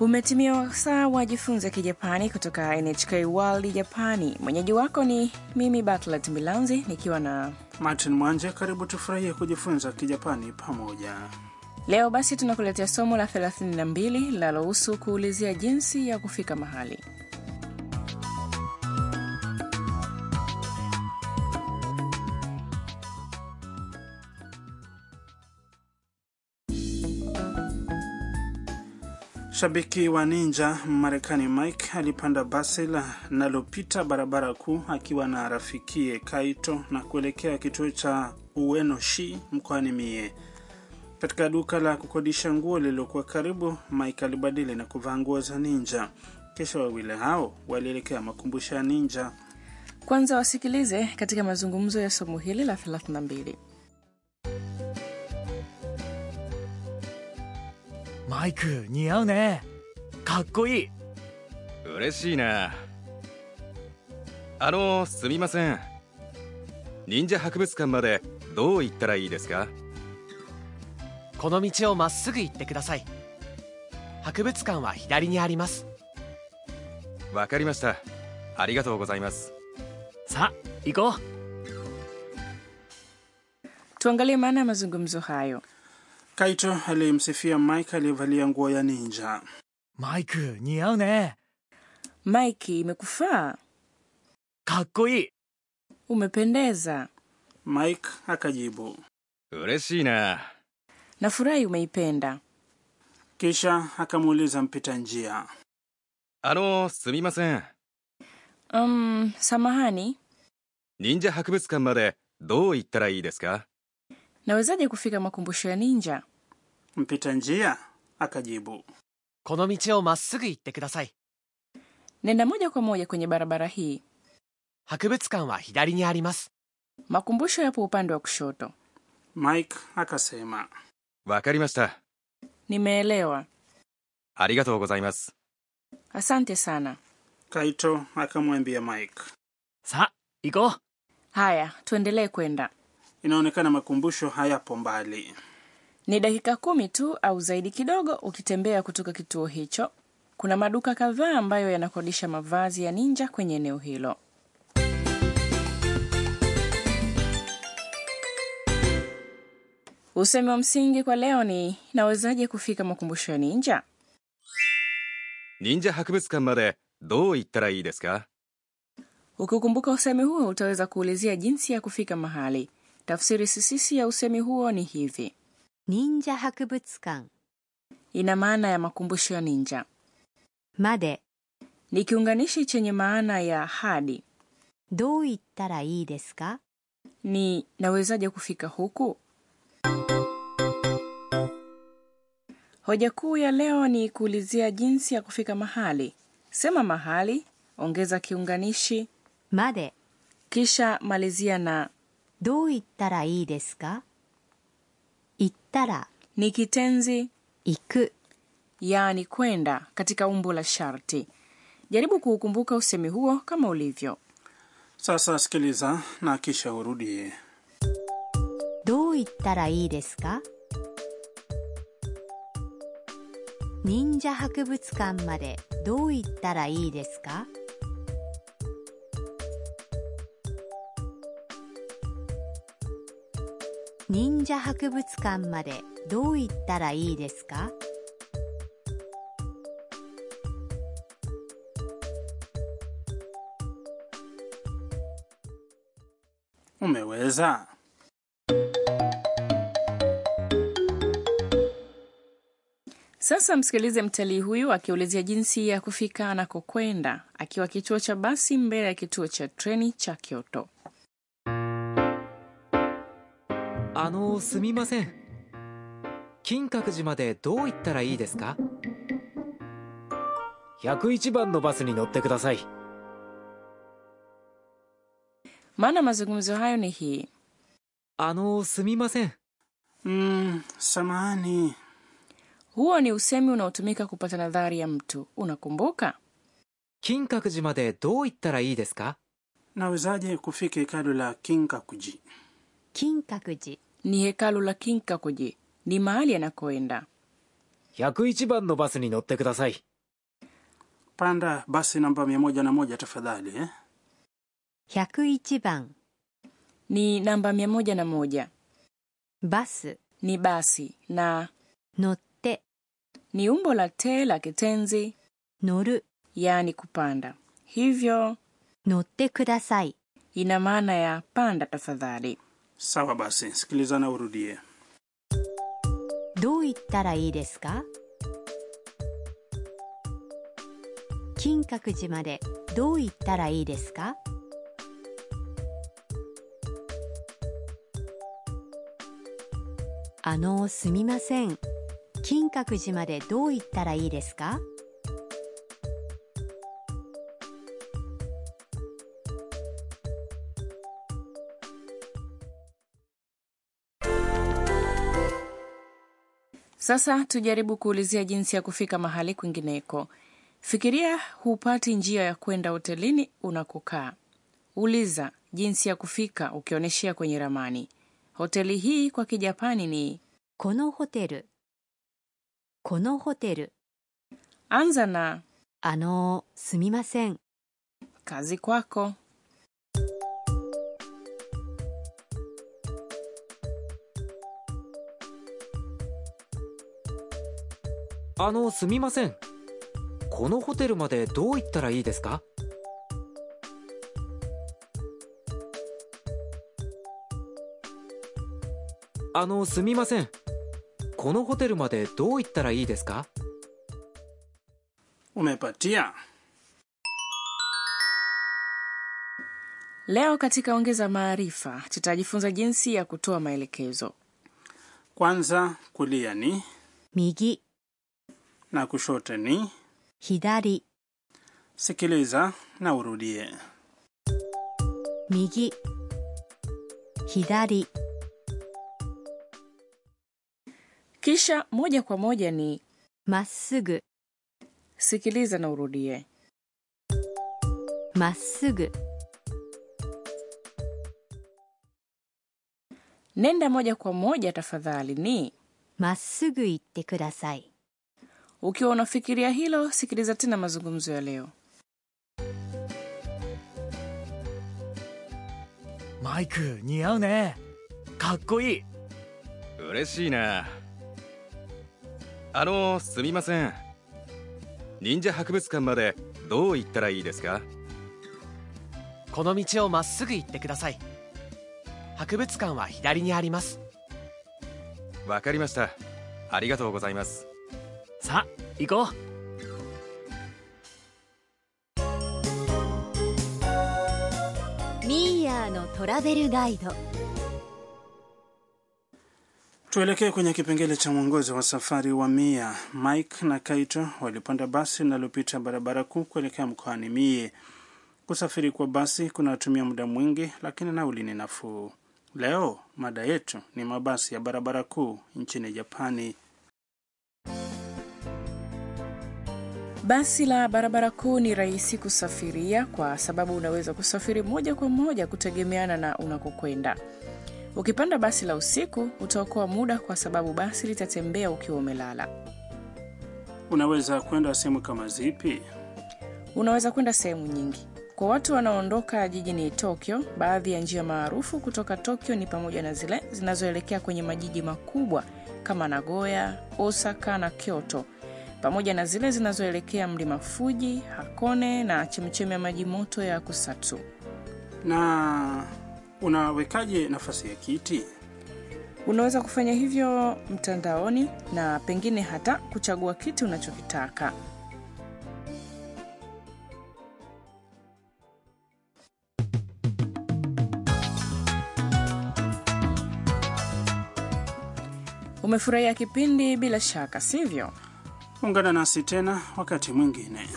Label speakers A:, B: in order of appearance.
A: Umetimia wasaa wajifunze Kijapani kutoka NHK World Japani. Mwenyeji wako ni mimi Batlet Milanzi nikiwa na
B: Martin Mwanje, karibu tufurahie kujifunza Kijapani pamoja.
A: leo. Basi tunakuletea somo la 32 linalohusu kuulizia jinsi ya kufika mahali.
B: Shabiki wa ninja Marekani Mike alipanda basi la- linalopita barabara kuu akiwa na rafikie Kaito na kuelekea kituo cha Uenoshi mkoani Mie. Katika duka la kukodisha nguo lililokuwa karibu, Mike alibadili na kuvaa nguo za ninja. Kisha wawili hao walielekea makumbusho ya ninja.
A: Kwanza wasikilize katika mazungumzo ya somo hili la 32.
C: マイク似合うねかっこいい
D: 嬉しいなあのすみません忍者博物館までどう行ったらいいですか
C: この道をまっすぐ行ってください博物館は左にあります
D: わかりましたありがとうございます
C: さあ行こう
A: Tuangalie maana ya mazungumzo hayo.
B: Kaito alimsifia Mike aliyevalia nguo ya ninja.
C: マイク似合うね
A: Mike, imekufaa,
C: かっこいい
A: umependeza,
B: Mike akajibu,
D: 嬉しいな
A: nafurahi umeipenda.
B: kisha akamuuliza mpita njia.
D: あのすみません
A: Um, samahani,
D: 忍者博物館までどう行ったらいいですか
A: nawezaje kufika makumbusho ya ninja?
B: Mpita njia akajibu,
C: この道をまっすぐ行ってください
A: Nenda moja kwa moja kwenye barabara hii,
C: 博物館は左にあります
A: makumbusho yapo upande wa kushoto.
B: Mike akasema.
D: わかりました
A: Nimeelewa,
D: ありがとうございます
A: asante sana.
B: Kaito akamwambia Mike,
C: さあ行こう
A: Haya, tuendelee kwenda.
B: inaonekana makumbusho hayapo mbali.
A: Ni dakika kumi tu au zaidi kidogo ukitembea kutoka kituo hicho. Kuna maduka kadhaa ambayo yanakodisha mavazi ya ninja kwenye eneo hilo. Usemi wa msingi kwa leo ni nawezaje kufika makumbusho ya ninja?
D: 忍者博物館までどう行ったらいいですか
A: Ukikumbuka usemi huo utaweza kuulizia jinsi ya kufika mahali. Tafsiri sisisi ya usemi huo ni hivi:
E: 忍者博物館
A: ina maana ya makumbusho ya ninja,
E: まで
A: ni kiunganishi chenye maana ya hadi.
E: どう言ったらいいですか
A: ni nawezaje kufika huku? Hoja kuu ya leo ni kuulizia jinsi ya kufika mahali. Sema mahali, ongeza kiunganishi,
E: まで
A: kisha malizia na
E: どう言ったらいいですか行ったら
A: ni kitenzi
E: 行く
A: yaani kwenda katika umbo la sharti. Jaribu kuukumbuka usemi huo kama ulivyo.
B: Sasa sikiliza na kisha urudie.
E: どう言ったらいいですか忍者博物館までどう言ったらいいですか忍者博物館までどう言ったらいいですか
B: Umeweza?
A: Sasa msikilize mtalii huyu akiulizia jinsi ya kufika anakokwenda akiwa kituo cha basi mbele ya kituo cha treni cha Kyoto.
F: あのすみません金閣寺までどう行ったらいいですか101番のバスに乗ってください
A: maana mazungumzo hayo ni hii
F: あのすみません
B: Mm, samahani.
A: huo ni usemi unaotumika kupata nadhari ya mtu unakumbuka
F: 金閣寺までどう行ったらいいですか
B: Nawezaje kufika hekalu la Kinkakuji?
E: 金閣寺
A: ni hekalu la kinkakuji ni mahali anakoenda
F: 101番のバスに乗ってください。
B: panda basi namba 101 tafadhali eh?
E: 101番
A: ni namba 101
E: バス
A: ni basi na
E: 乗って、
A: ni umbo la te la kitenzi
E: 乗る、
A: yaani kupanda hivyo
E: 乗ってください。
A: ina maana ya panda tafadhali
B: sawa basi sikiliza na urudie
E: どう言ったらいいですか金閣寺までどう言ったらいいですかあのすみません金閣寺までどう言ったらいいですか
A: sasa tujaribu kuulizia jinsi ya kufika mahali kwingineko fikiria hupati njia ya kwenda hotelini unakokaa uliza jinsi ya kufika ukionyeshea kwenye ramani hoteli hii kwa kijapani ni
E: このホテルこのホテル
A: anza na
E: あのすみません
A: kazi kwako
F: あの、すみません。このホテルまでどう行ったらいいですかあの、すみません。このホテルまでどう行ったらいいですか
B: umepatia
A: leo katika ongeza maarifa tutajifunza jinsi ya kutoa maelekezo
B: kwanza kulia ni
E: 右
B: na kushoto ni
E: 左
B: sikiliza na urudie
E: 右左
A: kisha moja kwa moja ni
E: まっすぐ
A: sikiliza na urudie
E: まっすぐ
A: nenda moja kwa moja tafadhali ni
E: まっすぐ行ってください
A: ukiwa unafikiria hilo sikiliza tena mazungumzo ya leo
G: マイク似合うねかっこいい
D: 嬉しいなあのすみません忍者博物館までどう行ったらいいですか
C: この道をまっすぐ行ってください博物館は左にあります
D: わかりましたありがとうございます
G: さあ行こう
E: ミーヤーのトラベルガイド
B: tuelekee kwenye kipengele cha mwongozo wa safari wa mia mike na kaito walipanda basi linalopita barabara kuu kuelekea mkoani mie kusafiri kwa basi kunatumia muda mwingi lakini nauli ni nafuu leo mada yetu ni mabasi ya barabara kuu nchini japani
A: basi la barabara kuu ni rahisi kusafiria kwa sababu unaweza kusafiri moja kwa moja kutegemeana na unakokwenda ukipanda basi la usiku utaokoa muda kwa sababu basi litatembea ukiwa umelala
B: unaweza kwenda sehemu kama zipi
A: unaweza kwenda sehemu nyingi kwa watu wanaoondoka jijini tokyo baadhi ya njia maarufu kutoka tokyo ni pamoja na zile zinazoelekea kwenye majiji makubwa kama nagoya osaka na kyoto pamoja na zile zinazoelekea mlima fuji hakone na chemchemi ya maji moto ya kusatsu
B: na unawekaje nafasi ya kiti
A: unaweza kufanya hivyo mtandaoni na pengine hata kuchagua kiti unachokitaka umefurahia kipindi bila shaka sivyo
B: ungana nasi tena wakati mwingine